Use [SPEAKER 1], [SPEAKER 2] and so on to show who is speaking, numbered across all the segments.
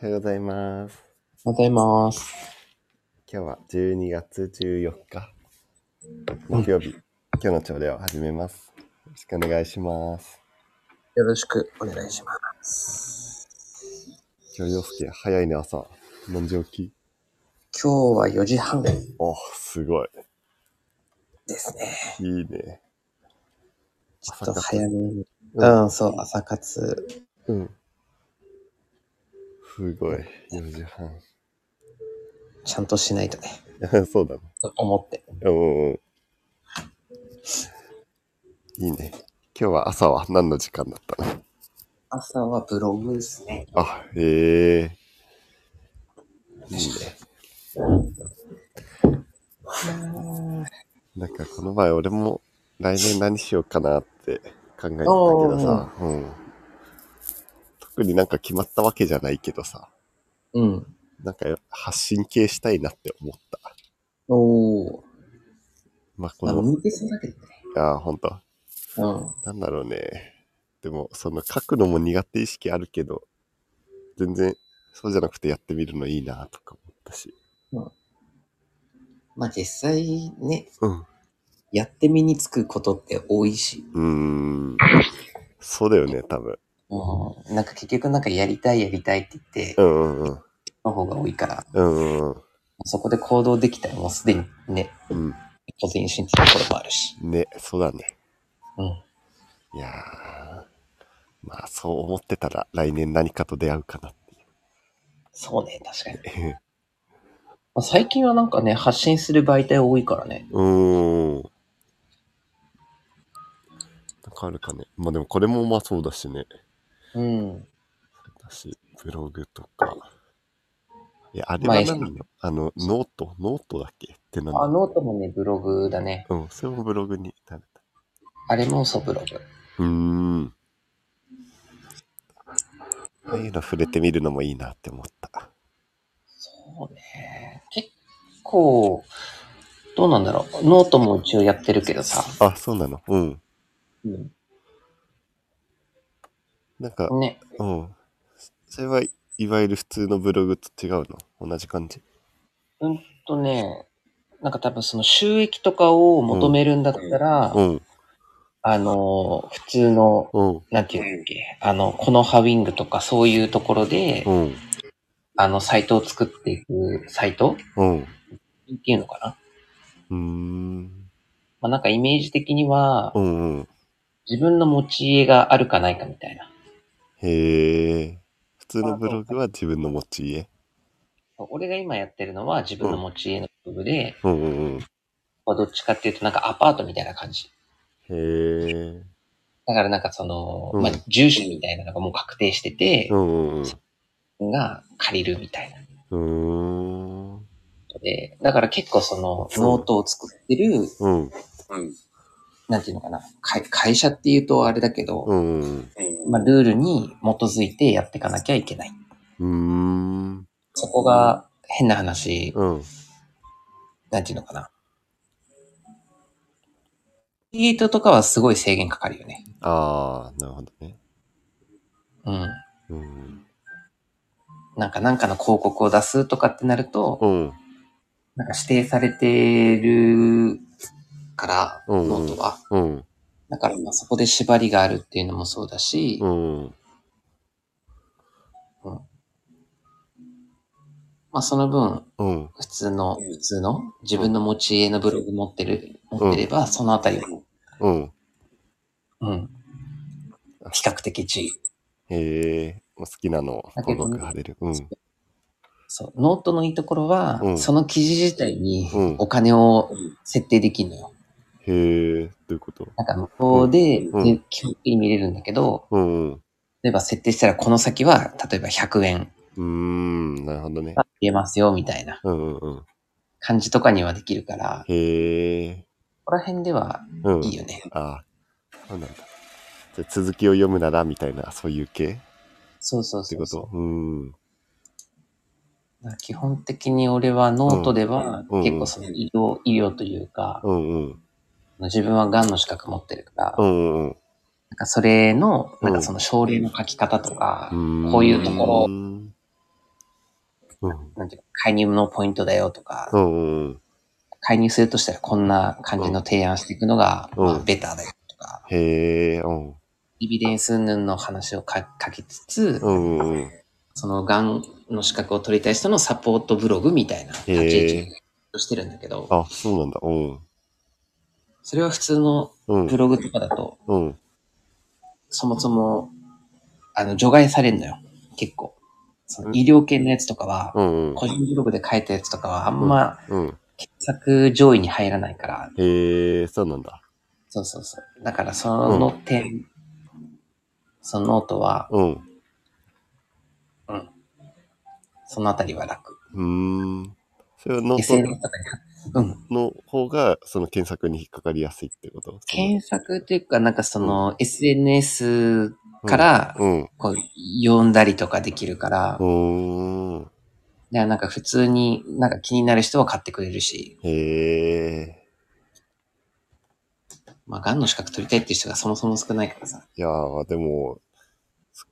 [SPEAKER 1] おはようございます。
[SPEAKER 2] おはようございます。
[SPEAKER 1] 今日は12月14日、木曜日、今日の朝礼を始めます。よろしくお願いします。
[SPEAKER 2] よろしくお願いします。
[SPEAKER 1] 今日洋介、早いね、朝。何時起き
[SPEAKER 2] 今日は4時半で
[SPEAKER 1] おすごい。
[SPEAKER 2] すね。
[SPEAKER 1] いいね。
[SPEAKER 2] ちょっと早めに。
[SPEAKER 1] う
[SPEAKER 2] うん、そう、朝活。
[SPEAKER 1] うん。すごい。4時
[SPEAKER 2] ちゃんとしないとね。
[SPEAKER 1] 半。 そうだね。
[SPEAKER 2] と思って。
[SPEAKER 1] うんうん。いいね。今日は朝は何の時間だったの
[SPEAKER 2] 朝はブログですね。
[SPEAKER 1] あ、へえいいね。なんかこの前俺も来年何しようかなって考えてたけどさ、うん、特になんか決まったわけじゃないけどさ、
[SPEAKER 2] うん。
[SPEAKER 1] なんか発信系したいなって思った。
[SPEAKER 2] おー。
[SPEAKER 1] まあこ
[SPEAKER 2] なんか
[SPEAKER 1] の、
[SPEAKER 2] 向いてそうだけどね。
[SPEAKER 1] ああ、ほんと。
[SPEAKER 2] うん。
[SPEAKER 1] なんだろうね。でも、その書くのも苦手意識あるけど、全然そうじゃなくてやってみるのいいなとか思ったし。
[SPEAKER 2] まあ実際ね、
[SPEAKER 1] うん。
[SPEAKER 2] やって身につくことって多いし。
[SPEAKER 1] うーん。そうだよね、多分。
[SPEAKER 2] うん。なんか結局なんかやりたいやりたいって言っ
[SPEAKER 1] う、
[SPEAKER 2] て
[SPEAKER 1] んうんうん。
[SPEAKER 2] の方が多いから、
[SPEAKER 1] うんうんうん
[SPEAKER 2] そこで行動できたらもうすでにね、
[SPEAKER 1] うん。
[SPEAKER 2] 一歩前進ってところもあるし。
[SPEAKER 1] ね、そうだね。
[SPEAKER 2] うん。
[SPEAKER 1] いやー。まあ、そう思ってたら来年何かと出会うかなってい
[SPEAKER 2] そうね、確かに。
[SPEAKER 1] う。
[SPEAKER 2] まあ最近はなんかね、発信する媒体多いからね。
[SPEAKER 1] うーん。なんかあるかね。まあでもこれもまあそうだしね。
[SPEAKER 2] うん。
[SPEAKER 1] 私、ブログとか。いや、あれは何なのあの、ノートノートだっけって何
[SPEAKER 2] あ、ノートもね、ブログだね。
[SPEAKER 1] うん、それもブログになれた。
[SPEAKER 2] あれもそうブログ。
[SPEAKER 1] うーん。ああいうの触れてみるのもいいなって思った。
[SPEAKER 2] そうね。結構、どうなんだろう。ノートも一応やってるけどさ。
[SPEAKER 1] あ、そうなのうん。
[SPEAKER 2] うん。
[SPEAKER 1] なんか、
[SPEAKER 2] ね。
[SPEAKER 1] うん。それはいいわゆる普通のブログと違うの同じ感じ。
[SPEAKER 2] うんとね、なんか多分その収益とかを求めるんだったら、
[SPEAKER 1] うん、
[SPEAKER 2] あの、普通の、
[SPEAKER 1] うん、
[SPEAKER 2] なんていうんだっけ、あの、このハウィングとかそういうところで、
[SPEAKER 1] うん、
[SPEAKER 2] あの、サイトを作っていくサイト
[SPEAKER 1] うん。う
[SPEAKER 2] っていうのかな。
[SPEAKER 1] ーん。
[SPEAKER 2] まあ、なんかイメージ的には
[SPEAKER 1] う、ん、うん。
[SPEAKER 2] 自分の持ち家があるかないかみたいな。
[SPEAKER 1] へえ。普通のブログは自分の持ち家。
[SPEAKER 2] 俺が今やってるのは自分の持ち家の部分で、
[SPEAKER 1] うん、うん、うん。
[SPEAKER 2] まあどっちかっていうとなんかアパートみたいな感じ。
[SPEAKER 1] へえ。
[SPEAKER 2] だからなんかその、
[SPEAKER 1] うん
[SPEAKER 2] まあ、住所みたいなのがもう確定してて
[SPEAKER 1] う、ん、うん、
[SPEAKER 2] が借りるみたいな。
[SPEAKER 1] うん。う
[SPEAKER 2] で、だから結構その、
[SPEAKER 1] うん
[SPEAKER 2] ノートを作ってる、
[SPEAKER 1] ーん。うん、
[SPEAKER 2] なんていうのかな、会会社っていうとあれだけ
[SPEAKER 1] う
[SPEAKER 2] ど、
[SPEAKER 1] ん、うん。
[SPEAKER 2] まあ、ルールに基づいてやっていかなきゃいけない。
[SPEAKER 1] うーん。
[SPEAKER 2] そこが変な話、
[SPEAKER 1] うん。
[SPEAKER 2] なんていうのかな。クリエイトとかはすごい制限かかるよね。
[SPEAKER 1] ああ、なるほどね。
[SPEAKER 2] うん。
[SPEAKER 1] うん。
[SPEAKER 2] なんか、なんかの広告を出すとかってなると、
[SPEAKER 1] うん。
[SPEAKER 2] なんか指定されてるから、
[SPEAKER 1] うんうん
[SPEAKER 2] ノートは。
[SPEAKER 1] うん。
[SPEAKER 2] だから、まあそこで縛りがあるっていうのもそうだし、
[SPEAKER 1] うん。
[SPEAKER 2] まあその分、
[SPEAKER 1] うん。
[SPEAKER 2] 普通の、普通の、自分の持ち家のブログ持ってる、持ってれば、そのあたりも、
[SPEAKER 1] うん。
[SPEAKER 2] うん。比較的自由。
[SPEAKER 1] へえ、お好きなのを
[SPEAKER 2] だけど
[SPEAKER 1] 登録貼れる。うん。
[SPEAKER 2] そう。ノートのいいところは、
[SPEAKER 1] うん
[SPEAKER 2] その記事自体に
[SPEAKER 1] うん
[SPEAKER 2] お金を設定できるのよ。
[SPEAKER 1] へえ、どういうこと
[SPEAKER 2] なんか向こうで、
[SPEAKER 1] うん
[SPEAKER 2] で基本的に見れるんだけど、
[SPEAKER 1] うん。う
[SPEAKER 2] 例えば設定したらこの先は、例えば100円
[SPEAKER 1] ーん、なるほどね。
[SPEAKER 2] 入れますよ、みたいな
[SPEAKER 1] うんうんうん。
[SPEAKER 2] 感じとかにはできるから、
[SPEAKER 1] へえ、
[SPEAKER 2] ここら辺では
[SPEAKER 1] うん
[SPEAKER 2] いい。よね。
[SPEAKER 1] ああ、そうなんだ。じゃあ続きを読むならみたいな、そういう系っ
[SPEAKER 2] そうそう
[SPEAKER 1] て
[SPEAKER 2] そ
[SPEAKER 1] こ
[SPEAKER 2] うそう。
[SPEAKER 1] とうん。
[SPEAKER 2] 基本的に俺はノートでは
[SPEAKER 1] うん
[SPEAKER 2] 結構その医療、医療というか、
[SPEAKER 1] うんうん。
[SPEAKER 2] 自分は癌の資格持ってるから、
[SPEAKER 1] うんうん
[SPEAKER 2] なんかそれの、
[SPEAKER 1] うん
[SPEAKER 2] なんかその症例の書き方とか、
[SPEAKER 1] うん。
[SPEAKER 2] こういうところ
[SPEAKER 1] うんうん。
[SPEAKER 2] なんていうか、介入のポイントだよとか、
[SPEAKER 1] うんうん。
[SPEAKER 2] 介入するとしたらこんな感じの提案していくのが、
[SPEAKER 1] うん
[SPEAKER 2] まあ、ベターだよとか、
[SPEAKER 1] へえ、うん。
[SPEAKER 2] エビデンス云々の話をかかけつつ、
[SPEAKER 1] うんうんうん。
[SPEAKER 2] そのがんの資格を取りたい人のサポートブログみたいな立ち位
[SPEAKER 1] へ
[SPEAKER 2] 置をしてるんだけど、
[SPEAKER 1] あ、そうなんだ。うん。
[SPEAKER 2] それは普通の
[SPEAKER 1] う
[SPEAKER 2] ブ
[SPEAKER 1] ん。
[SPEAKER 2] ログとかだと、
[SPEAKER 1] うん。
[SPEAKER 2] そもそも、あの、除外されるのよ。結構。その医療系のやつとかは、
[SPEAKER 1] うんうん。
[SPEAKER 2] 個人ブログで書いたやつとかは、あんま
[SPEAKER 1] うん。
[SPEAKER 2] 検索上位に入らないから、
[SPEAKER 1] へえ、そうなんだ。
[SPEAKER 2] そうそうそう。だから、その点、そのノートは、
[SPEAKER 1] うん。う
[SPEAKER 2] うん。そのあたりは楽。
[SPEAKER 1] ーん。それはノー
[SPEAKER 2] SNS とかに貼っ、うん。
[SPEAKER 1] トの方が、その検索に引っかかりやすいってこと
[SPEAKER 2] 検索というか、なんかその、SNS から、
[SPEAKER 1] うん。う
[SPEAKER 2] こう、読んだりとかできるから、
[SPEAKER 1] ーん。
[SPEAKER 2] でなんか普通になんか気になる人は買ってくれるし、
[SPEAKER 1] へえ。
[SPEAKER 2] まあ、癌の資格取りたいっていう人がそもそも少ないからさ。
[SPEAKER 1] いやー、でも、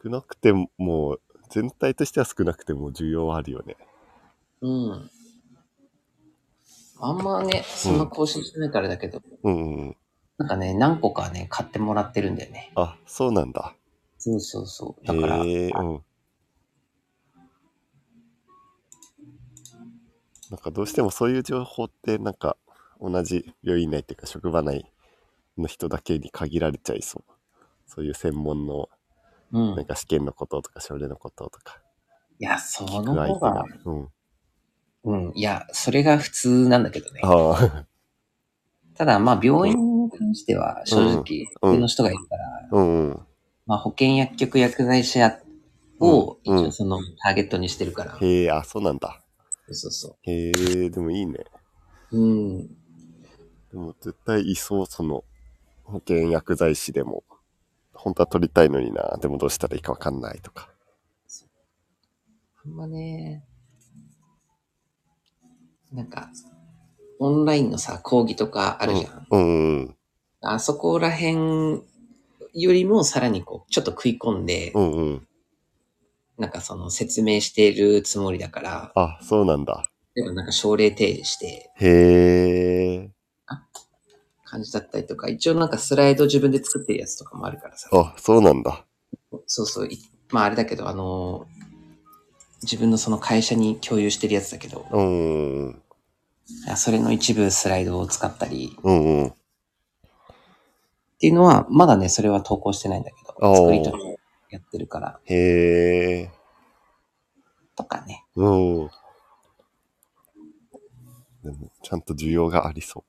[SPEAKER 1] 少なくても、もう全体としては少なくても需要はあるよね。
[SPEAKER 2] うん。あんまね、そんな更新してないからだけど、
[SPEAKER 1] うんうんうん。
[SPEAKER 2] なんかね、何個かね、買ってもらってるんだよね。
[SPEAKER 1] あ、そうなんだ。
[SPEAKER 2] そうそうそう。
[SPEAKER 1] へ
[SPEAKER 2] だから、
[SPEAKER 1] え、うん。なんかどうしてもそういう情報って、なんか同じ病院内っていうか職場内の人だけに限られちゃいそう。そういう専門の、
[SPEAKER 2] う
[SPEAKER 1] なん
[SPEAKER 2] ん。
[SPEAKER 1] か試験のこととか症例のこととか、
[SPEAKER 2] いや、そ
[SPEAKER 1] 聞
[SPEAKER 2] の
[SPEAKER 1] く相
[SPEAKER 2] 方
[SPEAKER 1] 手が
[SPEAKER 2] が、。
[SPEAKER 1] うん。
[SPEAKER 2] うん。いや、それが普通なんだけどね。
[SPEAKER 1] ああ、
[SPEAKER 2] ただ、まあ、病院に関しては、正直、
[SPEAKER 1] うん
[SPEAKER 2] 普通の人がいるから、
[SPEAKER 1] うんうん。
[SPEAKER 2] まあ、保険薬局薬剤師やを、一
[SPEAKER 1] うんう
[SPEAKER 2] 応
[SPEAKER 1] ん
[SPEAKER 2] その、ターゲットにしてるから。
[SPEAKER 1] へえ、あ、そうなんだ。
[SPEAKER 2] そうそ
[SPEAKER 1] へえ、でもいいね。
[SPEAKER 2] う。うん。
[SPEAKER 1] でも絶対いそう、その、保険薬剤師でも、本当は取りたいのにな、でもどうしたらいいかわかんないとか。
[SPEAKER 2] あんまね、なんか、オンラインのさ、講義とかあるじゃん。
[SPEAKER 1] うんうん
[SPEAKER 2] あそこら辺よりもさらにこう、ちょっと食い込んで、
[SPEAKER 1] うん。うんうん。
[SPEAKER 2] なんかその説明しているつもりだから、
[SPEAKER 1] あ、そうなんだ。
[SPEAKER 2] 例えばなんか症例提示して、
[SPEAKER 1] へえ。
[SPEAKER 2] 感じだったりとか、一応なんかスライド自分で作ってるやつとかもあるからさ。
[SPEAKER 1] あ、そうなんだ。
[SPEAKER 2] そうそう。いまああれだけど、あの自分のその会社に共有してるやつだけど、
[SPEAKER 1] うんうん。
[SPEAKER 2] あそれの一部スライドを使ったり、
[SPEAKER 1] うんうん。
[SPEAKER 2] っていうのは、まだね、それは投稿してないんだけ
[SPEAKER 1] お
[SPEAKER 2] ど、
[SPEAKER 1] ー
[SPEAKER 2] 作りとかやってるから、
[SPEAKER 1] へえ。
[SPEAKER 2] とかね。
[SPEAKER 1] うん。でも、ちゃんと需要がありそ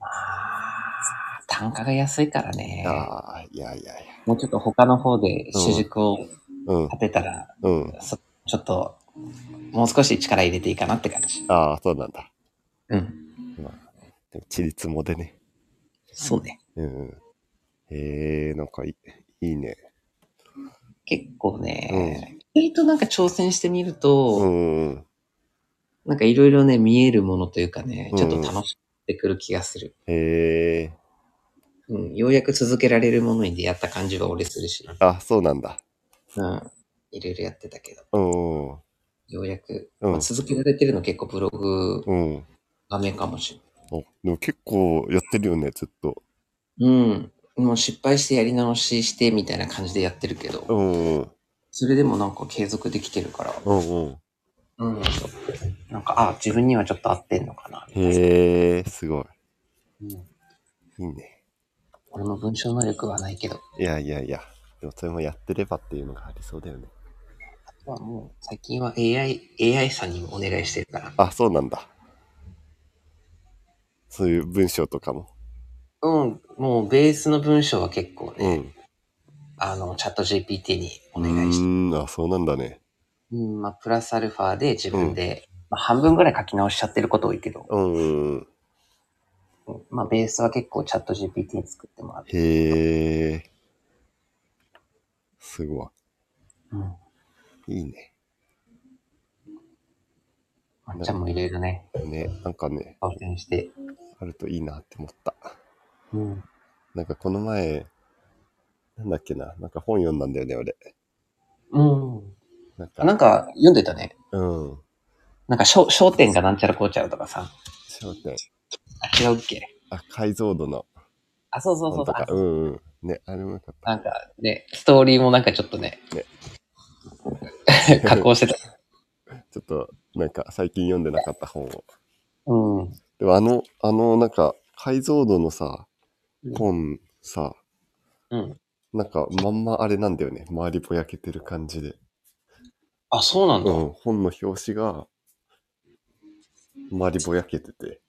[SPEAKER 2] まあ、単価が安いからね
[SPEAKER 1] う。、ああ、いやいやいや。
[SPEAKER 2] もうちょっと他の方で主軸を
[SPEAKER 1] うん
[SPEAKER 2] 立てたら、
[SPEAKER 1] うん。
[SPEAKER 2] そちょっと、もう少し力入れていいかなって感じ。
[SPEAKER 1] ああ、そうなんだ。
[SPEAKER 2] うん。
[SPEAKER 1] まあ、でも、ちりつもでね。
[SPEAKER 2] そうね。
[SPEAKER 1] うんうん。へえ、なんかいい、いいね。
[SPEAKER 2] 結構ね、意外となんか挑戦してみると、
[SPEAKER 1] うんうん。
[SPEAKER 2] なんかいろいろね、見えるものというかね、
[SPEAKER 1] うん
[SPEAKER 2] ちょっと楽しくなってくる気がする。
[SPEAKER 1] へえ。
[SPEAKER 2] うん。ようやく続けられるものに出会った感じは俺するし、
[SPEAKER 1] あ、そうなんだ。
[SPEAKER 2] うん。いろいろやってたけど。
[SPEAKER 1] うんうん。
[SPEAKER 2] ようやく、
[SPEAKER 1] うん
[SPEAKER 2] まあ続けられてるの結構ブログ
[SPEAKER 1] うん。
[SPEAKER 2] 画面かもし
[SPEAKER 1] おでも結構やってるよね、ずっと。
[SPEAKER 2] れない。うん。もう失敗してやり直ししてみたいな感じでやってるけ
[SPEAKER 1] う
[SPEAKER 2] ど、
[SPEAKER 1] んうん。
[SPEAKER 2] それでもなんか継続できてるから、
[SPEAKER 1] うんうん。
[SPEAKER 2] うん。なんか、あ、自分にはちょっと合ってんのかな。
[SPEAKER 1] へえ、すごい。
[SPEAKER 2] うん、
[SPEAKER 1] いいね。
[SPEAKER 2] 俺も文章能力はないけど、
[SPEAKER 1] いやいやいや。でもそれもやってればっていうのがありそうだよね。
[SPEAKER 2] あとはもう最近は AI、AI さんにお願いしてるから。
[SPEAKER 1] あ、そうなんだ。そういう文章とかも。
[SPEAKER 2] うん。もうベースの文章は結構
[SPEAKER 1] う
[SPEAKER 2] ね、
[SPEAKER 1] ん。
[SPEAKER 2] あの、チャット GPT にお
[SPEAKER 1] う
[SPEAKER 2] 願いして、
[SPEAKER 1] ーん、あ、そうなんだね。
[SPEAKER 2] うん、まあ、プラスアルファで自分で、まあ、半分ぐらい書き直しちゃってること多いけど、
[SPEAKER 1] うんうんうん。
[SPEAKER 2] まあ、ベースは結構チャット GPT に作ってもらって。
[SPEAKER 1] へえ。すご
[SPEAKER 2] うん。
[SPEAKER 1] い。いいね。
[SPEAKER 2] まっちゃんもいろいろね、
[SPEAKER 1] ね、なんかね、
[SPEAKER 2] 挑戦して。
[SPEAKER 1] あるといいなって思った。
[SPEAKER 2] うん。
[SPEAKER 1] なんかこの前、なんだっけな、なんか本読んだんだよね、俺。
[SPEAKER 2] うん。
[SPEAKER 1] なん
[SPEAKER 2] な
[SPEAKER 1] か、
[SPEAKER 2] んか読んでたね。
[SPEAKER 1] うん。
[SPEAKER 2] なんか商商店がなんちゃらこうちゃうとかさ。
[SPEAKER 1] 焦点。
[SPEAKER 2] あ、違うっけ
[SPEAKER 1] あ、解像度の。
[SPEAKER 2] あ、そうそう
[SPEAKER 1] な
[SPEAKER 2] そ
[SPEAKER 1] ん
[SPEAKER 2] う
[SPEAKER 1] とか、
[SPEAKER 2] そうう。
[SPEAKER 1] んうん。ね、あれもよかっ
[SPEAKER 2] なんかね、ストーリーもなんかちょっとね、 加工してた。
[SPEAKER 1] た。ちょっと、なんか、最近読んでなかった本を。
[SPEAKER 2] うん。
[SPEAKER 1] でも、あの、あの、なんか、解像度のさ
[SPEAKER 2] うん、
[SPEAKER 1] 本さ、
[SPEAKER 2] うん。
[SPEAKER 1] なんか、まんまあれなんだよね。周りぼやけてる感じで。
[SPEAKER 2] あ、そうなん
[SPEAKER 1] う
[SPEAKER 2] だ。
[SPEAKER 1] ん、本の表紙が、周りぼやけてて、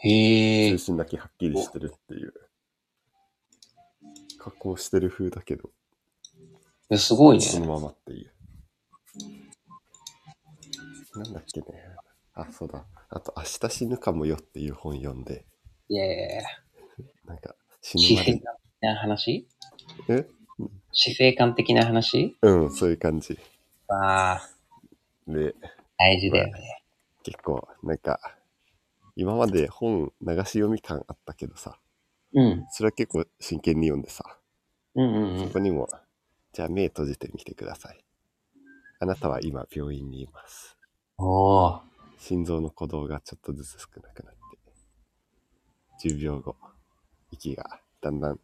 [SPEAKER 2] へえ
[SPEAKER 1] 中。心だけはっきりしてるっていう。加工してる風だけど、
[SPEAKER 2] えすごいね。
[SPEAKER 1] そのままっていう。なんだっけね。あ、そうだ。あと、明日死ぬかもよっていう本読んで、
[SPEAKER 2] いやいやいや。
[SPEAKER 1] なんか、死
[SPEAKER 2] 死
[SPEAKER 1] ぬま
[SPEAKER 2] 生観
[SPEAKER 1] で
[SPEAKER 2] 的。な話
[SPEAKER 1] え
[SPEAKER 2] 死生観的な話
[SPEAKER 1] うん、そういう感じ。
[SPEAKER 2] ああ、
[SPEAKER 1] で、
[SPEAKER 2] 大事だよね。
[SPEAKER 1] 結構、なんか、今まで本流し読み感あったけどさ、
[SPEAKER 2] うん。
[SPEAKER 1] それは結構真剣に読んでさ、
[SPEAKER 2] うんうんう
[SPEAKER 1] こ
[SPEAKER 2] ん。
[SPEAKER 1] こにも、じゃあ目閉じてみてください。あなたは今病院にいます。
[SPEAKER 2] おお。
[SPEAKER 1] 心臓の鼓動がちょっとずつ少なくなって、10秒後、息がだんだん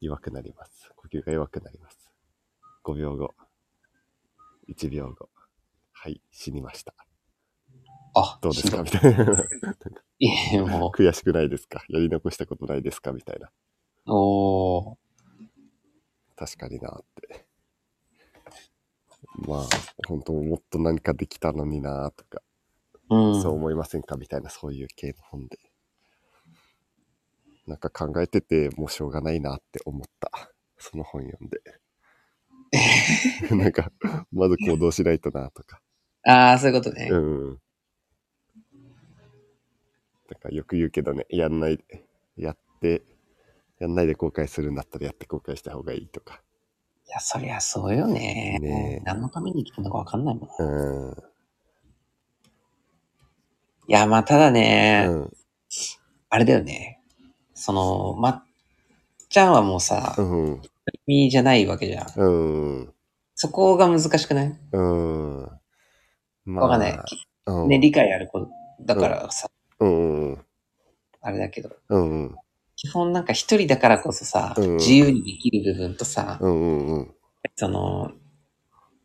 [SPEAKER 1] 弱くなります。呼吸が弱くなります。5秒後、1秒後、はい、死にました。
[SPEAKER 2] あ、
[SPEAKER 1] どうです
[SPEAKER 2] ちょ
[SPEAKER 1] か
[SPEAKER 2] っと
[SPEAKER 1] みたいな。
[SPEAKER 2] いえ、も
[SPEAKER 1] 悔しくないですかやり残したことないですかみたいな。
[SPEAKER 2] う。おお。
[SPEAKER 1] 確かになって。まあ、本当もっと何かできたのになとか、
[SPEAKER 2] うん。
[SPEAKER 1] そう思いませんかみたいな、そういう系の本で。なんか考えてて、もうしょうがないなって思った。その本読んで。なんか、まず行動しないとなとか。
[SPEAKER 2] ああ、そういうことね。
[SPEAKER 1] うん。なんかよく言うけどね、やんない、やって、やんないで後悔するんだったらやって後悔した方がいいとか。
[SPEAKER 2] いや、そりゃそうよね。
[SPEAKER 1] ねえ
[SPEAKER 2] 何のために生きるのかわかんないもんね。
[SPEAKER 1] うん。
[SPEAKER 2] いや、まあ、ただね、
[SPEAKER 1] うん。
[SPEAKER 2] あれだよね。その、まっちゃんはもうさ、
[SPEAKER 1] うん。
[SPEAKER 2] 身じゃないわけじゃん。
[SPEAKER 1] うん。
[SPEAKER 2] そこが難しくない
[SPEAKER 1] うん。ま
[SPEAKER 2] わかんない
[SPEAKER 1] うん。
[SPEAKER 2] ね、理解ある子だからさ、
[SPEAKER 1] うんうん。
[SPEAKER 2] あれだけど。
[SPEAKER 1] うんうん。
[SPEAKER 2] 基本なんか一人だからこそさ、
[SPEAKER 1] うん
[SPEAKER 2] 自由にできる部分とさ、
[SPEAKER 1] うんうんうん。
[SPEAKER 2] その、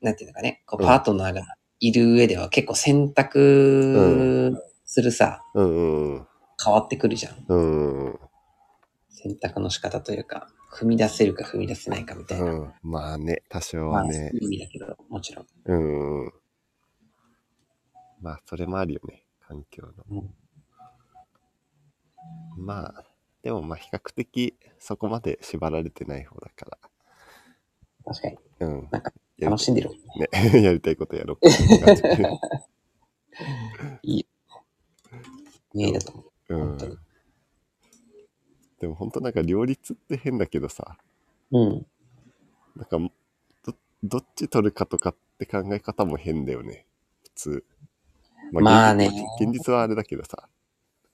[SPEAKER 2] なんていうのかね、こう
[SPEAKER 1] うん
[SPEAKER 2] パートナーがいる上では結構選択するさ、
[SPEAKER 1] うんうん
[SPEAKER 2] 変わってくるじゃん。
[SPEAKER 1] うん。
[SPEAKER 2] 選択の仕方というか、踏み出せるか踏み出せないかみたいな。
[SPEAKER 1] うん。まあね、多少
[SPEAKER 2] まあ、
[SPEAKER 1] は
[SPEAKER 2] そう
[SPEAKER 1] ね
[SPEAKER 2] い。う意味だけど、もちろん。
[SPEAKER 1] うんうん。まあ、それもあるよね。環境の。
[SPEAKER 2] うん
[SPEAKER 1] まあ、でもまあ、比較的そこまで縛られてない方だか
[SPEAKER 2] 確かに。
[SPEAKER 1] ら。うん。やり
[SPEAKER 2] 楽しんでる。
[SPEAKER 1] ね、 やりたいことや ろうかって感じ。
[SPEAKER 2] 見えだと思う。
[SPEAKER 1] う
[SPEAKER 2] 本
[SPEAKER 1] ん
[SPEAKER 2] 当に。
[SPEAKER 1] でも本当なんか両立って変だけどさ、
[SPEAKER 2] うん。
[SPEAKER 1] なんかど、どっち取るかとかって考え方も変だよね、普通。
[SPEAKER 2] まあね
[SPEAKER 1] 現実。現実はあれだけどさ、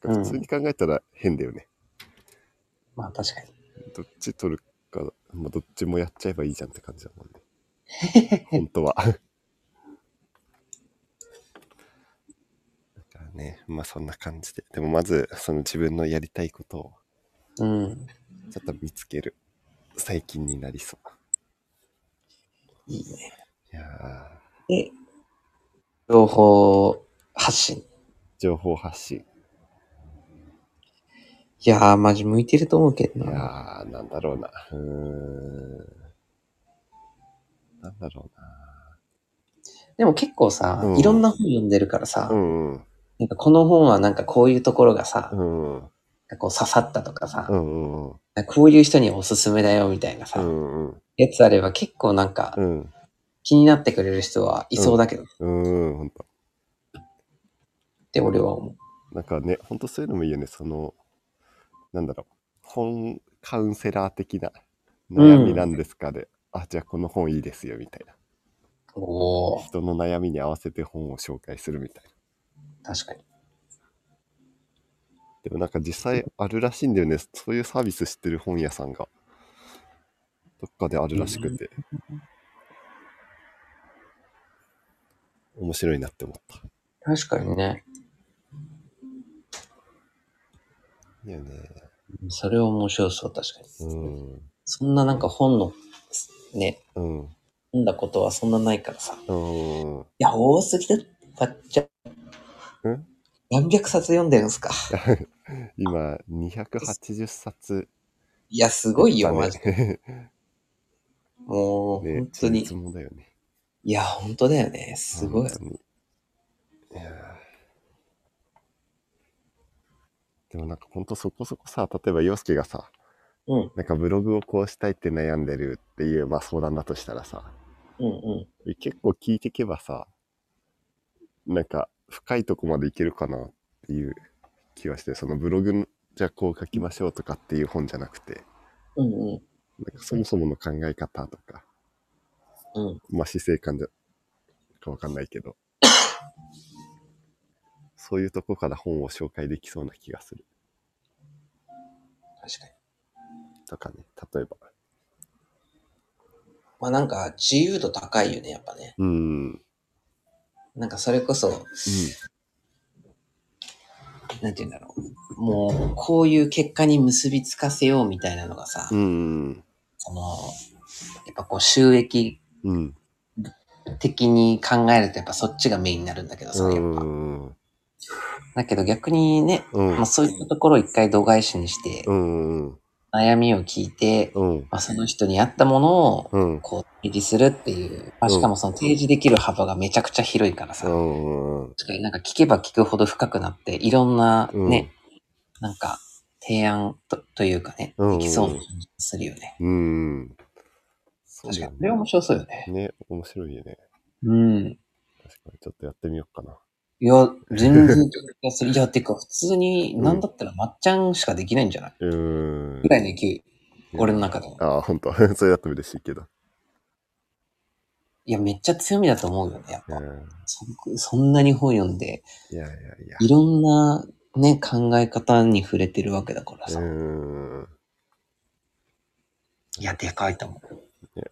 [SPEAKER 1] なんか普通に考えたら変だよね。
[SPEAKER 2] まあ確かに。
[SPEAKER 1] どっち取るか、まあ、どっちもやっちゃえばいいじゃんって感じだもんね。本当は。だからね、まあそんな感じで。でもまず、その自分のやりたいことを
[SPEAKER 2] うん。
[SPEAKER 1] ちょっと見つける最近になりそう。
[SPEAKER 2] いいね。
[SPEAKER 1] いやー
[SPEAKER 2] で、情報発信。
[SPEAKER 1] 情報発信。
[SPEAKER 2] いやー、マジ向いてると思うけ
[SPEAKER 1] い
[SPEAKER 2] ど
[SPEAKER 1] や
[SPEAKER 2] な。
[SPEAKER 1] ー、なんだろうな。うーん。なんだろ
[SPEAKER 2] でも結構さ、
[SPEAKER 1] うん
[SPEAKER 2] いろんな本読んでるからさ、
[SPEAKER 1] うな。うんうん。
[SPEAKER 2] なんかこの本はなんかこういうところがさ、
[SPEAKER 1] うんうん。
[SPEAKER 2] なんかこう刺さったとかさ、
[SPEAKER 1] うんうんうん。
[SPEAKER 2] なんかこういう人におすすめだよみたいな
[SPEAKER 1] う
[SPEAKER 2] さ、
[SPEAKER 1] んうん。
[SPEAKER 2] やつあれば結構なんか
[SPEAKER 1] うん。
[SPEAKER 2] 気になってくれる人はいそうだけどっ
[SPEAKER 1] うん。ほんと。
[SPEAKER 2] て俺は思う。
[SPEAKER 1] なんかね、ほんとそういうのもいいよね。その、なんだろう。本カウンセラー的な悩みなんですかで、あ、じゃあこの本いいですよ、みたいな。
[SPEAKER 2] おー、
[SPEAKER 1] 人の悩みに合わせて本を紹介するみたいな。
[SPEAKER 2] 確かに。
[SPEAKER 1] でもなんか実際あるらしいんだよね。そういうサービスしてる本屋さんが。どっかであるらしくて。面白いなって思った。
[SPEAKER 2] 確かにね。
[SPEAKER 1] いいよね。
[SPEAKER 2] それは面白そう、確かに。
[SPEAKER 1] うん。
[SPEAKER 2] そんななんか本の、ね、
[SPEAKER 1] うん。
[SPEAKER 2] 読んだことはそんなないからさ。い
[SPEAKER 1] うん。
[SPEAKER 2] や、多すぎだ、ばっちゃ
[SPEAKER 1] ん
[SPEAKER 2] 何百冊読んでるんすか。
[SPEAKER 1] 今、280冊。
[SPEAKER 2] いや、すごいよ、マジで。
[SPEAKER 1] で。
[SPEAKER 2] もう、
[SPEAKER 1] ね、
[SPEAKER 2] 本当に
[SPEAKER 1] い。つもだよね。
[SPEAKER 2] いや、本当だよね。すごい。
[SPEAKER 1] 本当にいやーでもなんかほんとそこそこさ、例えば洋介がさ、
[SPEAKER 2] うん、
[SPEAKER 1] なんかブログをこうしたいって悩んでるっていう、まあ相談だとしたらさ、
[SPEAKER 2] うん、うん。
[SPEAKER 1] 結構聞いてけばさ、なんか深いとこまでいけるかなっていう気はして、そのブログのじゃあこう書きましょうとかっていう本じゃなくて、
[SPEAKER 2] うん、うん。
[SPEAKER 1] なんかそもそもの考え方とか、
[SPEAKER 2] うん、
[SPEAKER 1] まあ、死生観じゃかわかんないけど、そういうとこから本を紹介できそうな気がする。
[SPEAKER 2] 確かに。
[SPEAKER 1] とかね、例えば。
[SPEAKER 2] まあなんか、自由度高いよね、やっぱね。
[SPEAKER 1] うん。うん。
[SPEAKER 2] なんか、それこそ、なんて言うんだろう。もう、こういう結果に結びつかせようみたいなのがさ、
[SPEAKER 1] うん。
[SPEAKER 2] その、やっぱこう、収益
[SPEAKER 1] うん。
[SPEAKER 2] 的に考えると、やっぱそっちがメインになるんだけどさ、やっぱ。
[SPEAKER 1] ん。
[SPEAKER 2] だけど逆にね、
[SPEAKER 1] うん
[SPEAKER 2] まあそういったところを一回度外視にして、
[SPEAKER 1] うん。
[SPEAKER 2] 悩みを聞いて、
[SPEAKER 1] うん。
[SPEAKER 2] まあその人に合ったものを、
[SPEAKER 1] うん。
[SPEAKER 2] こう、提示するっていう。まあしかもその提示できる幅がめちゃくちゃ広いからさ、
[SPEAKER 1] うん。
[SPEAKER 2] 確かになんか聞けば聞くほど深くなって、いろんなね、なんか提案とというかね、
[SPEAKER 1] うん
[SPEAKER 2] できそうな感じがするよね。
[SPEAKER 1] うん。
[SPEAKER 2] 確かに。それは面
[SPEAKER 1] ね。
[SPEAKER 2] 白そうよね。
[SPEAKER 1] ね、面白いよね。
[SPEAKER 2] うん。
[SPEAKER 1] 確かに、ちょっとやってみようかな。
[SPEAKER 2] いや、全然気がする。 いや、てか普通に、なんだったらまっちゃんしかできないんじゃないう
[SPEAKER 1] ーん
[SPEAKER 2] ぐ。らいの勢い、俺の中でも。
[SPEAKER 1] ああ、ほんと。それだと嬉しいけど。
[SPEAKER 2] いや、めっちゃ強みだと思うよね、やっ
[SPEAKER 1] う
[SPEAKER 2] ぱ。
[SPEAKER 1] ん。
[SPEAKER 2] そそんなに本読んで、
[SPEAKER 1] いやいやいや。
[SPEAKER 2] いろんなね、考え方に触れてるわけだからさ。
[SPEAKER 1] うん。
[SPEAKER 2] いや、でかいと思
[SPEAKER 1] ね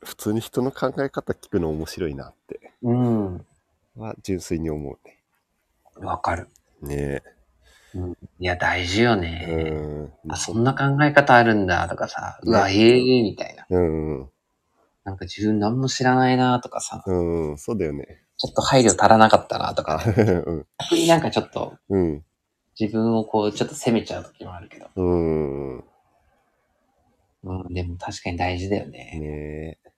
[SPEAKER 1] 普通に人の考え方聞くの面白いなって
[SPEAKER 2] う。うん。
[SPEAKER 1] は純粋に思うね。
[SPEAKER 2] わかる。
[SPEAKER 1] ね
[SPEAKER 2] いや、大事よね。
[SPEAKER 1] え。うん。
[SPEAKER 2] あ、そんな考え方あるんだとかさ、うわ、ええみたいな。
[SPEAKER 1] うん。
[SPEAKER 2] なんか自分何も知らないなとかさ、
[SPEAKER 1] うん。そうだよね。
[SPEAKER 2] ちょっと配慮足らなかったなと
[SPEAKER 1] あ
[SPEAKER 2] か、、
[SPEAKER 1] うん。
[SPEAKER 2] 逆になんかちょっと
[SPEAKER 1] うん。
[SPEAKER 2] 自分をこう、ちょっと責めちゃう時もあるけど。
[SPEAKER 1] うん。
[SPEAKER 2] うん、でも確かに大事だよね。
[SPEAKER 1] ねえ。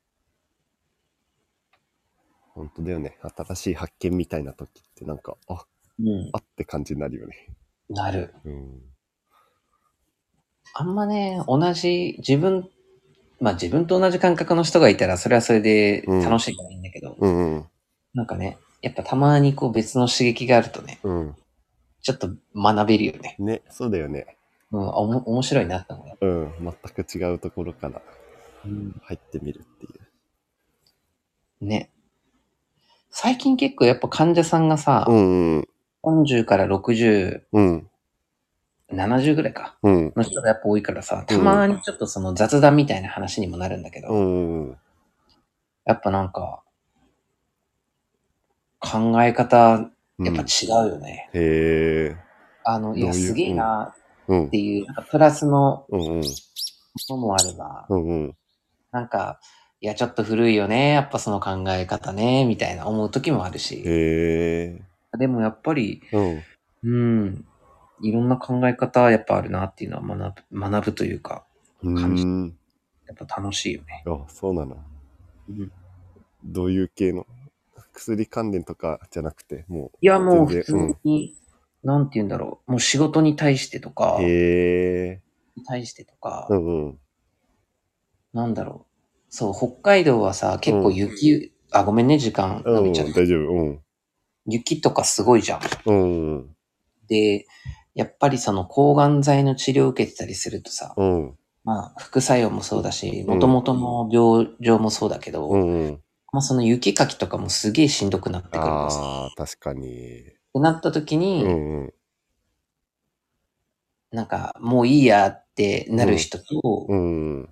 [SPEAKER 1] 本当だよね。新しい発見みたいな時ってなんか、あ、
[SPEAKER 2] うん。
[SPEAKER 1] あって感じになるよね。
[SPEAKER 2] なる。
[SPEAKER 1] うん。
[SPEAKER 2] あんまね、同じ、自分、まあ自分と同じ感覚の人がいたら、それはそれで楽しいからいいんだけど、
[SPEAKER 1] うんうん。
[SPEAKER 2] なんかね、やっぱたまにこう別の刺激があるとね、
[SPEAKER 1] うん。
[SPEAKER 2] ちょっと学べるよね。
[SPEAKER 1] ね、そうだよね。
[SPEAKER 2] うん、あおも面白いなって思うよ。
[SPEAKER 1] うん。全く違うところから
[SPEAKER 2] うん、
[SPEAKER 1] 入ってみるっていう。
[SPEAKER 2] ね。最近結構やっぱ患者さんがさ、
[SPEAKER 1] うんうん。
[SPEAKER 2] 40から60、
[SPEAKER 1] うん。
[SPEAKER 2] 70ぐらいか、
[SPEAKER 1] うん。
[SPEAKER 2] の人がやっぱ多いからさ、たまにちょっとその雑談みたいな話にもなるんだけど、
[SPEAKER 1] うん。
[SPEAKER 2] やっぱなんか、考え方、
[SPEAKER 1] うん
[SPEAKER 2] やっぱ違うよね。
[SPEAKER 1] へえ。
[SPEAKER 2] あの、いや、
[SPEAKER 1] どういう
[SPEAKER 2] すげえな
[SPEAKER 1] うん
[SPEAKER 2] っ。ていう、なんかプラスの
[SPEAKER 1] うんうん。
[SPEAKER 2] ものもあれば、
[SPEAKER 1] うんうん。
[SPEAKER 2] なんか、いや、ちょっと古いよね、やっぱその考え方ね、みたいな思う時もあるし、
[SPEAKER 1] へえ。
[SPEAKER 2] でもやっぱり、
[SPEAKER 1] うん。
[SPEAKER 2] うん、いろんな考え方やっぱあるなっていうのは学ぶ学ぶというか、
[SPEAKER 1] う
[SPEAKER 2] 感じ
[SPEAKER 1] ーん。
[SPEAKER 2] やっぱ楽しいよね。
[SPEAKER 1] あ、そうなの。
[SPEAKER 2] うん
[SPEAKER 1] どういう系の薬関連とかじゃなくて、も
[SPEAKER 2] いや、もう普
[SPEAKER 1] 全
[SPEAKER 2] 通
[SPEAKER 1] 然
[SPEAKER 2] に、なんて言うんだろう、もう仕事に対してとか
[SPEAKER 1] う。、へえ。
[SPEAKER 2] 対してとか、
[SPEAKER 1] うんうん。
[SPEAKER 2] なんだろう、そう、北海道はさ、結構雪、あ、ごめんね、時間
[SPEAKER 1] う
[SPEAKER 2] 伸
[SPEAKER 1] ん、
[SPEAKER 2] びちゃった。
[SPEAKER 1] 大丈夫。うん。
[SPEAKER 2] 雪とかすごいじゃん。
[SPEAKER 1] うん。
[SPEAKER 2] で、やっぱりその抗がん剤の治療を受けてたりするとさ、
[SPEAKER 1] うん。
[SPEAKER 2] まあ、副作用もそうだし、元々の病状もそうだけど、
[SPEAKER 1] うんうん。
[SPEAKER 2] まあ、その雪かきとかもすげえしんどくなってくるんです。っ
[SPEAKER 1] ああ、確かに。
[SPEAKER 2] てなった時
[SPEAKER 1] う
[SPEAKER 2] に、
[SPEAKER 1] んうん。
[SPEAKER 2] なんか、もういいやってなる人と、
[SPEAKER 1] うん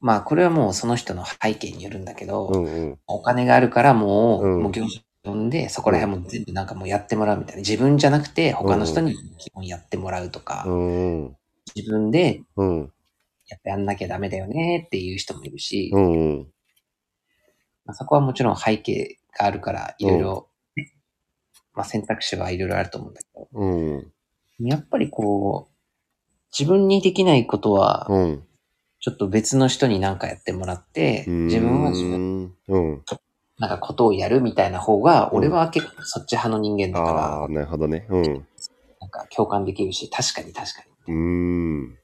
[SPEAKER 2] まあ、これはもうその人の背景によるんだけど、
[SPEAKER 1] うん。うん
[SPEAKER 2] お金があるからもう、
[SPEAKER 1] うん
[SPEAKER 2] もう業者自分で、そこら辺も全部なんかもうやってもらうみたいな。自分じゃなくて、他の人に基本やってもらうとか、
[SPEAKER 1] うん。
[SPEAKER 2] 自分で
[SPEAKER 1] うん。
[SPEAKER 2] やっぱやんなきゃダメだよねっていう人もいるし、
[SPEAKER 1] うん。うん。
[SPEAKER 2] まあ、そこはもちろん背景があるから、いろいろ、まあ、選択肢はいろいろあると思うんだけど、
[SPEAKER 1] うん。
[SPEAKER 2] やっぱりこう、自分にできないことは、
[SPEAKER 1] うん。
[SPEAKER 2] ちょっと別の人になんかやってもらって、自分は自分、
[SPEAKER 1] 分。うん。
[SPEAKER 2] なんかことをやるみたいな方が、
[SPEAKER 1] うん
[SPEAKER 2] 俺は結構そっち派の人間だ
[SPEAKER 1] あ
[SPEAKER 2] か
[SPEAKER 1] あ、なるほどね。うん。
[SPEAKER 2] ら、なんか共感できるし、確かに確かに。
[SPEAKER 1] うーん。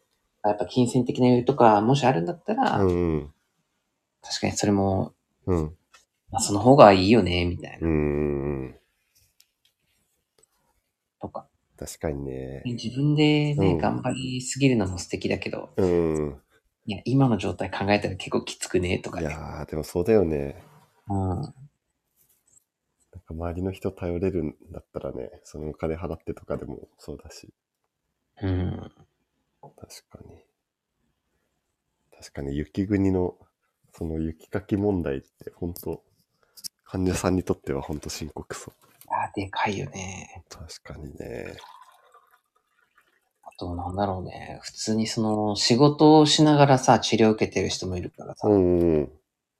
[SPEAKER 2] やっぱ金銭的な余裕とか、もしあるんだったら、
[SPEAKER 1] うん。
[SPEAKER 2] 確かにそれも、
[SPEAKER 1] うん。
[SPEAKER 2] まあ、その方がいいよね、みたいうな。
[SPEAKER 1] ん。
[SPEAKER 2] とか。
[SPEAKER 1] 確かにね。
[SPEAKER 2] 自分で
[SPEAKER 1] う
[SPEAKER 2] ね、
[SPEAKER 1] ん
[SPEAKER 2] 頑張りすぎるのも素敵だけど、
[SPEAKER 1] うん。
[SPEAKER 2] いや、今の状態考えたら結構きつくね、とか
[SPEAKER 1] い
[SPEAKER 2] ね。
[SPEAKER 1] やー、でもそうだよね。
[SPEAKER 2] うん。
[SPEAKER 1] なんか周りの人頼れるんだったらね、そのお金払ってとかでもそうだし。
[SPEAKER 2] うん。
[SPEAKER 1] 確かに。確かに雪国の、その雪かき問題って本当患者さんにとっては本当深刻そう。
[SPEAKER 2] あーでかいよね。
[SPEAKER 1] 確かにね。
[SPEAKER 2] あと、なんだろうね。普通にその、仕事をしながらさ、治療を受けてる人もいるからさ、
[SPEAKER 1] うんうん。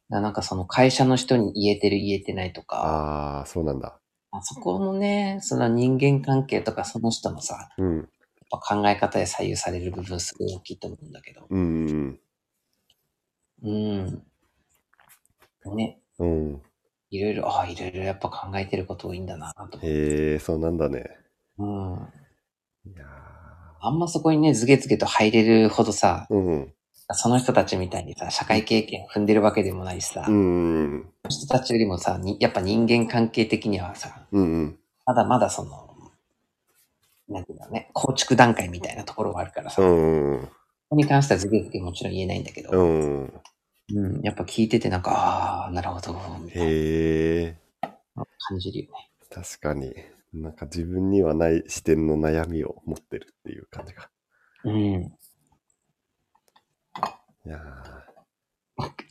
[SPEAKER 2] ななんかその会社の人に言えてる言えてないとか、
[SPEAKER 1] ああ、そうなんだ。
[SPEAKER 2] あそこのね、その人間関係とかその人のさ、
[SPEAKER 1] うん。
[SPEAKER 2] やっぱ考え方で左右される部分すごい大きいと思うんだけど。
[SPEAKER 1] うんうん
[SPEAKER 2] うん。ね。
[SPEAKER 1] うん。うん。
[SPEAKER 2] いろいろ、ああ、いろいろやっぱ考えてること多いんだなと思
[SPEAKER 1] へえ、そうなんだね。
[SPEAKER 2] う。うん。
[SPEAKER 1] いや
[SPEAKER 2] あんまそこにね、ずげずげと入れるほどさ、
[SPEAKER 1] ーうん。
[SPEAKER 2] その人たちみたいにさ、社会経験踏んでるわけでもないしさ、
[SPEAKER 1] う
[SPEAKER 2] そ
[SPEAKER 1] ん。
[SPEAKER 2] の人たちよりもさ、にやっぱ人間関係的にはさ、
[SPEAKER 1] うんうん。
[SPEAKER 2] まだまだその、なんていうんだろうね、構築段階みたいなところがあるからさ、
[SPEAKER 1] う
[SPEAKER 2] こ
[SPEAKER 1] んうん。
[SPEAKER 2] こに関してはずげずげもちろん言えないんだけど、
[SPEAKER 1] うん。
[SPEAKER 2] うん、やっぱ聞いててなんか、ああ、なるほど、みたいな
[SPEAKER 1] へえ、
[SPEAKER 2] 感じるよね。
[SPEAKER 1] 確かに。なんか自分にはない視点の悩みを持ってるっていう感じが。
[SPEAKER 2] うん。
[SPEAKER 1] いや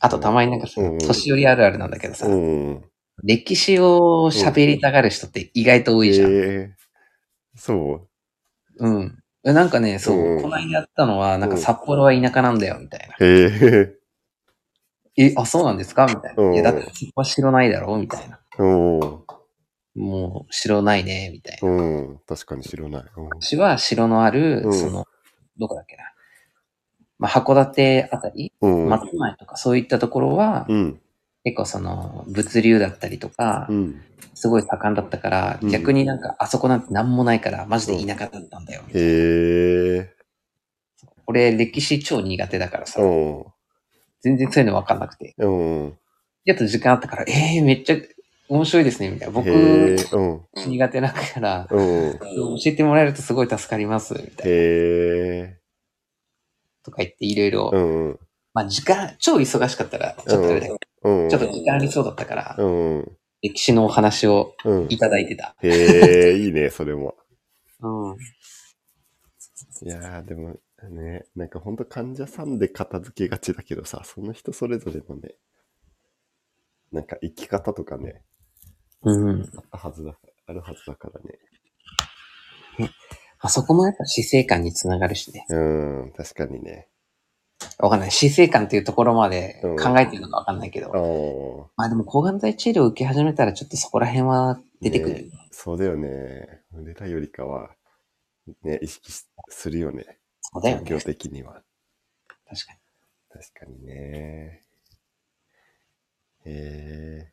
[SPEAKER 2] あとたまになんかさ、
[SPEAKER 1] うん
[SPEAKER 2] 年寄りあるあるなんだけど
[SPEAKER 1] ー
[SPEAKER 2] さ、
[SPEAKER 1] うん。
[SPEAKER 2] 歴史を喋りたがる人って意外と多いじゃん。
[SPEAKER 1] えーそう。
[SPEAKER 2] うん。えなんかね、そう、
[SPEAKER 1] うん
[SPEAKER 2] この間やったのは、なんか
[SPEAKER 1] うん
[SPEAKER 2] 札幌は田舎なんだよ、みたいな。
[SPEAKER 1] へ え。
[SPEAKER 2] え、あ、そうなんですかみたいな。
[SPEAKER 1] うん
[SPEAKER 2] いや、だって、そこは城ないだろみたいな。
[SPEAKER 1] うん。
[SPEAKER 2] もう、城ないね、みたいな。
[SPEAKER 1] うん。確かに知らない。
[SPEAKER 2] 私は城のある、
[SPEAKER 1] うん
[SPEAKER 2] その、どこだっけな。まあ、函館あたり、
[SPEAKER 1] うん。うん。
[SPEAKER 2] 松前とかそういったところは、
[SPEAKER 1] うん。
[SPEAKER 2] 結構その、物流だったりとか
[SPEAKER 1] う、ん。
[SPEAKER 2] すごい盛んだったから、
[SPEAKER 1] うん
[SPEAKER 2] 逆になんか、あそこなんて何もないから、マジで田舎だったんだよ。みたいな
[SPEAKER 1] へえ。
[SPEAKER 2] 俺、歴史超苦手だからさ
[SPEAKER 1] う、ん。
[SPEAKER 2] 全然そういうの分かんなくて。
[SPEAKER 1] うん。
[SPEAKER 2] やっと時間あったから、ええめっちゃ面白いですね、みたいな。
[SPEAKER 1] へ
[SPEAKER 2] 僕、
[SPEAKER 1] ーうん。
[SPEAKER 2] 苦手だから、
[SPEAKER 1] うん。
[SPEAKER 2] 教えてもらえるとすごい助かります、みたいな。
[SPEAKER 1] へえ。
[SPEAKER 2] とか言って、いろいろ
[SPEAKER 1] う、ん。
[SPEAKER 2] まあ時間、超忙しかったら、ちょっとあれだけど、
[SPEAKER 1] うん。
[SPEAKER 2] ちょっと時間ありそうだったから、
[SPEAKER 1] うん。
[SPEAKER 2] 歴史のお話を
[SPEAKER 1] うん。
[SPEAKER 2] いただいてた。
[SPEAKER 1] へえ、いいね、それも。
[SPEAKER 2] うん。
[SPEAKER 1] いやー、でもね、なんかほんと患者さんで片付けがちだけどさ、その人それぞれのね、なんか生き方とかね、
[SPEAKER 2] うん。
[SPEAKER 1] あったはずだ、あるはずだからね。
[SPEAKER 2] あそこもやっぱ死生観につながるしね。
[SPEAKER 1] うん、確かにね。
[SPEAKER 2] わかんない。死生観っていうところまで考えてるのかわかんないけど、
[SPEAKER 1] ああ。
[SPEAKER 2] まあでも抗がん剤治療を受け始めたら、ちょっとそこら辺は出てくる。
[SPEAKER 1] ねそうだよね。俺らよりかは、ね、意識しするよね。
[SPEAKER 2] そうだよ
[SPEAKER 1] 環
[SPEAKER 2] ね。
[SPEAKER 1] 境
[SPEAKER 2] 確か
[SPEAKER 1] 的には。
[SPEAKER 2] に。
[SPEAKER 1] 確かにね。へえ。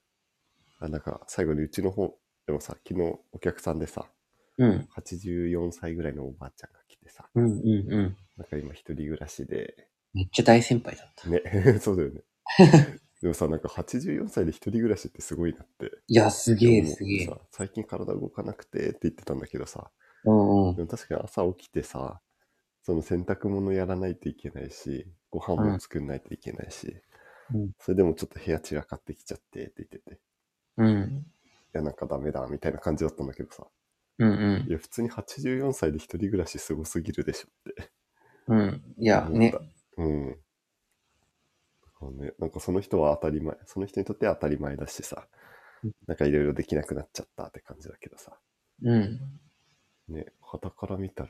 [SPEAKER 1] あ、なんか、最後にうちの方、でもさ、昨日お客さんでさ、
[SPEAKER 2] うん。
[SPEAKER 1] 84歳ぐらいのおばあちゃんが来てさ、
[SPEAKER 2] うんうんうん。
[SPEAKER 1] なんか今一人暮らしで、
[SPEAKER 2] めっちゃ大先輩だった。
[SPEAKER 1] ね、 そうだ よね。でもさ、なんか84歳で一人暮らしってすごいなって。
[SPEAKER 2] いや、すげえ、
[SPEAKER 1] 思う
[SPEAKER 2] すげえ。
[SPEAKER 1] さ最近体動かなくてって言ってたんだけどさ、
[SPEAKER 2] うんうん。
[SPEAKER 1] でも確かに朝起きてさ、その洗濯物やらないといけないし、ご飯も作んないといけないし、
[SPEAKER 2] うん
[SPEAKER 1] それでもちょっと部屋散らかってきちゃってって言ってて、い
[SPEAKER 2] うん。
[SPEAKER 1] や、なんかダメだみたいな感じだったんだけどさ、
[SPEAKER 2] うん
[SPEAKER 1] いや、普通に84歳で一人暮らしすごすぎるでしょって
[SPEAKER 2] うん。うん。いや、
[SPEAKER 1] 思っ
[SPEAKER 2] ね
[SPEAKER 1] た。。うん。だからね、なんかその人は当たり前、その人にとっては当たり前だしさ、なんかいろいろできなくなっちゃったって感じだけどさ。
[SPEAKER 2] うん。
[SPEAKER 1] ね、傍から見たら、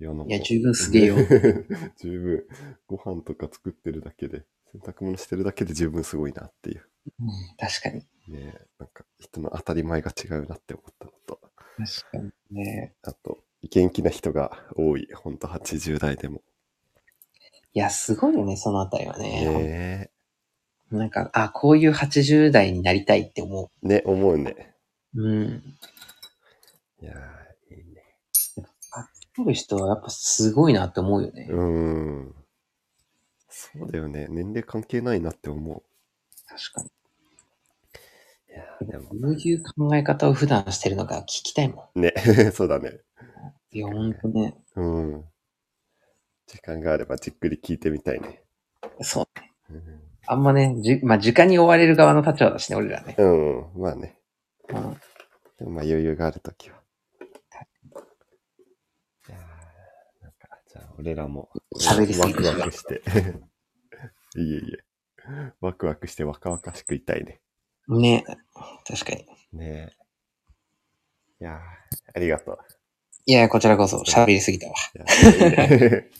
[SPEAKER 1] いや、なんか
[SPEAKER 2] いや、十分すげえ よ。
[SPEAKER 1] 十分、ご飯とか作ってるだけで、洗濯物してるだけで十分すごいなっていう。
[SPEAKER 2] 確かに。
[SPEAKER 1] ねえなんか人の当たり前が違うなって思ったのと、
[SPEAKER 2] 確かにね。
[SPEAKER 1] あと、元気な人が多い。ほんと80代でも。
[SPEAKER 2] いや、すごいよね、そのあたりはね。
[SPEAKER 1] ね
[SPEAKER 2] なんか、あ、こういう80代になりたいって思
[SPEAKER 1] え。ね、思うね。
[SPEAKER 2] う。うん。
[SPEAKER 1] いやー、いいね。
[SPEAKER 2] 来る人はやっぱすごいなって思うよね。
[SPEAKER 1] うーん。そうだよね。年齢関係ないなって思
[SPEAKER 2] 確かに。
[SPEAKER 1] う。いやーでも
[SPEAKER 2] こ、ういう考え方を普段してるのが聞きたいも
[SPEAKER 1] ね、 そうだね。
[SPEAKER 2] ん。いや、ほんとね。
[SPEAKER 1] うん。時間があればじっくり聞いてみたいね。
[SPEAKER 2] そう。
[SPEAKER 1] うん
[SPEAKER 2] あんまね、じ、まあ、時間に追われる側の立場だしね、俺らね。
[SPEAKER 1] うん、まあね。
[SPEAKER 2] うん。
[SPEAKER 1] でもまあ余裕があるときは。
[SPEAKER 2] はい
[SPEAKER 1] やーなんか、じゃあ俺らも
[SPEAKER 2] 喋りすぎ
[SPEAKER 1] ワ
[SPEAKER 2] て
[SPEAKER 1] ク
[SPEAKER 2] しま
[SPEAKER 1] ワ
[SPEAKER 2] う
[SPEAKER 1] クして。 いえいえ。ワクワクして若々しくいたいね。
[SPEAKER 2] ね。確かに。
[SPEAKER 1] ねえ。いやーありがとう。
[SPEAKER 2] いや、こちらこそ喋りすぎたわ。
[SPEAKER 1] いやいいね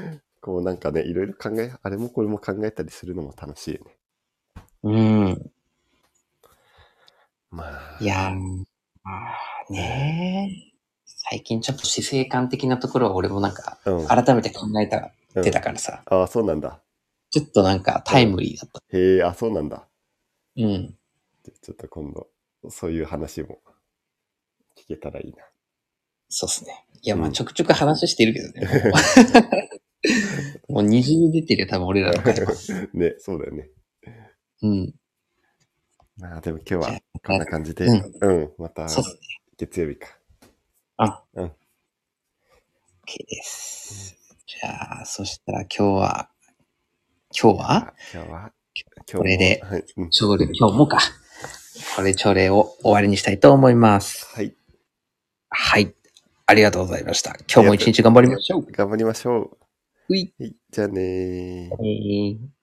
[SPEAKER 1] こうなんかね、いろいろ考え、あれもこれも考えたりするのも楽しいよね。
[SPEAKER 2] うん。
[SPEAKER 1] まあ。
[SPEAKER 2] いやー、まあね最近ちょっと死生観的なところは俺もなんか、
[SPEAKER 1] うん、うん、
[SPEAKER 2] 改めて考えた、てたからさ、
[SPEAKER 1] ああ、そうなんだ。
[SPEAKER 2] ちょっとなんかタイムリーだった。
[SPEAKER 1] へえ、あ、そうなんだ。
[SPEAKER 2] うん。
[SPEAKER 1] じゃあちょっと今度、そういう話も聞けたらいいな。
[SPEAKER 2] そうっすね。いや、ま
[SPEAKER 1] う
[SPEAKER 2] あ
[SPEAKER 1] ん
[SPEAKER 2] ちょくちょく話してるけど ね。もうもう滲み出てるよ、多分俺らの会話。
[SPEAKER 1] ね、そうだよね。
[SPEAKER 2] うん。
[SPEAKER 1] まあでも今日
[SPEAKER 2] じゃ
[SPEAKER 1] はこんな感じで、
[SPEAKER 2] うん
[SPEAKER 1] うん、また
[SPEAKER 2] そうっすね。
[SPEAKER 1] 月曜日か。
[SPEAKER 2] あ、
[SPEAKER 1] うん
[SPEAKER 2] OK です。じゃあ、そしたら今日は、今日は
[SPEAKER 1] 今日は、今日も
[SPEAKER 2] これで
[SPEAKER 1] はい、うん
[SPEAKER 2] 朝礼、今日もか。これ朝礼を終わりにしたいと思います。
[SPEAKER 1] はい、
[SPEAKER 2] はい。ありがとうございました。今日も一日頑張りましょう。
[SPEAKER 1] 頑張りましょ。
[SPEAKER 2] ういう
[SPEAKER 1] はい、じゃあねー。
[SPEAKER 2] えー